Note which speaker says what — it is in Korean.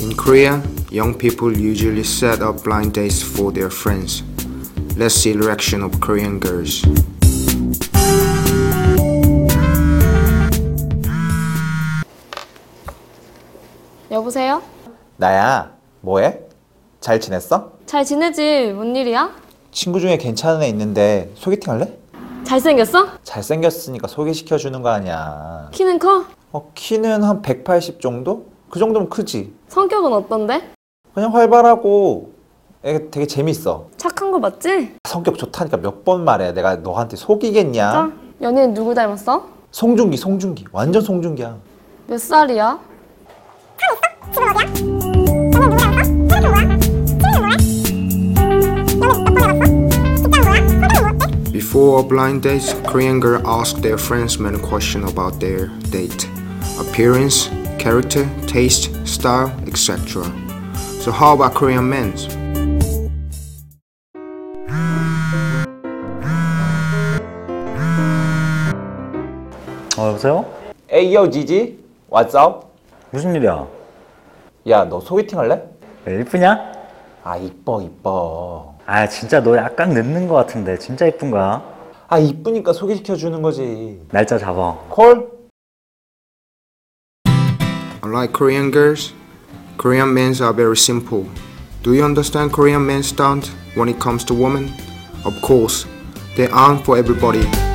Speaker 1: In Korea, young people usually set up blind dates for their friends. Let's see the reaction of Korean girls.
Speaker 2: 여보세요?
Speaker 3: 나야, 뭐해? 잘 지냈어?
Speaker 2: 잘 지내지? 뭔 일이야?
Speaker 3: 친구 중에 괜찮은 애 있는데 소개팅 할래?
Speaker 2: 잘생겼어?
Speaker 3: 잘생겼으니까 소개시켜주는 거 아니야.
Speaker 2: 키는 커?
Speaker 3: 어, 키는 한 180 정도? 그 정도면 크지.
Speaker 2: 성격은 어떤데?
Speaker 3: 그냥 활발하고 애 되게 재밌어.
Speaker 2: 착한 거 맞지?
Speaker 3: 성격 좋다니까 몇 번 말해. 내가 너한테 속이겠냐?
Speaker 2: 자, 연예인 누구 닮았어?
Speaker 3: 송중기, 송중기. 완전 송중기야.
Speaker 2: 몇 살이야?
Speaker 1: Before a blind date, Korean girls ask their friends many questions about their date appearance, character, taste, style, etc. So, how about Korean men?
Speaker 4: 어 여보세요?
Speaker 3: 에이요, 지지. 왓츠업?
Speaker 4: 무슨 일이야?
Speaker 3: 야, 너 소개팅 할래?
Speaker 4: 왜 이쁘냐?
Speaker 3: 아, 이뻐, 이뻐.
Speaker 4: 아 진짜 너 약간 늦는 것 같은데 진짜 이쁜 거야?
Speaker 3: 아, 이쁘니까 소개시켜주는 거지.
Speaker 4: 날짜 잡아
Speaker 3: 콜?
Speaker 1: Unlike Korean girls, Korean men are very simple. Do you understand Korean men's stance when it comes to women? Of course, they aren't for everybody.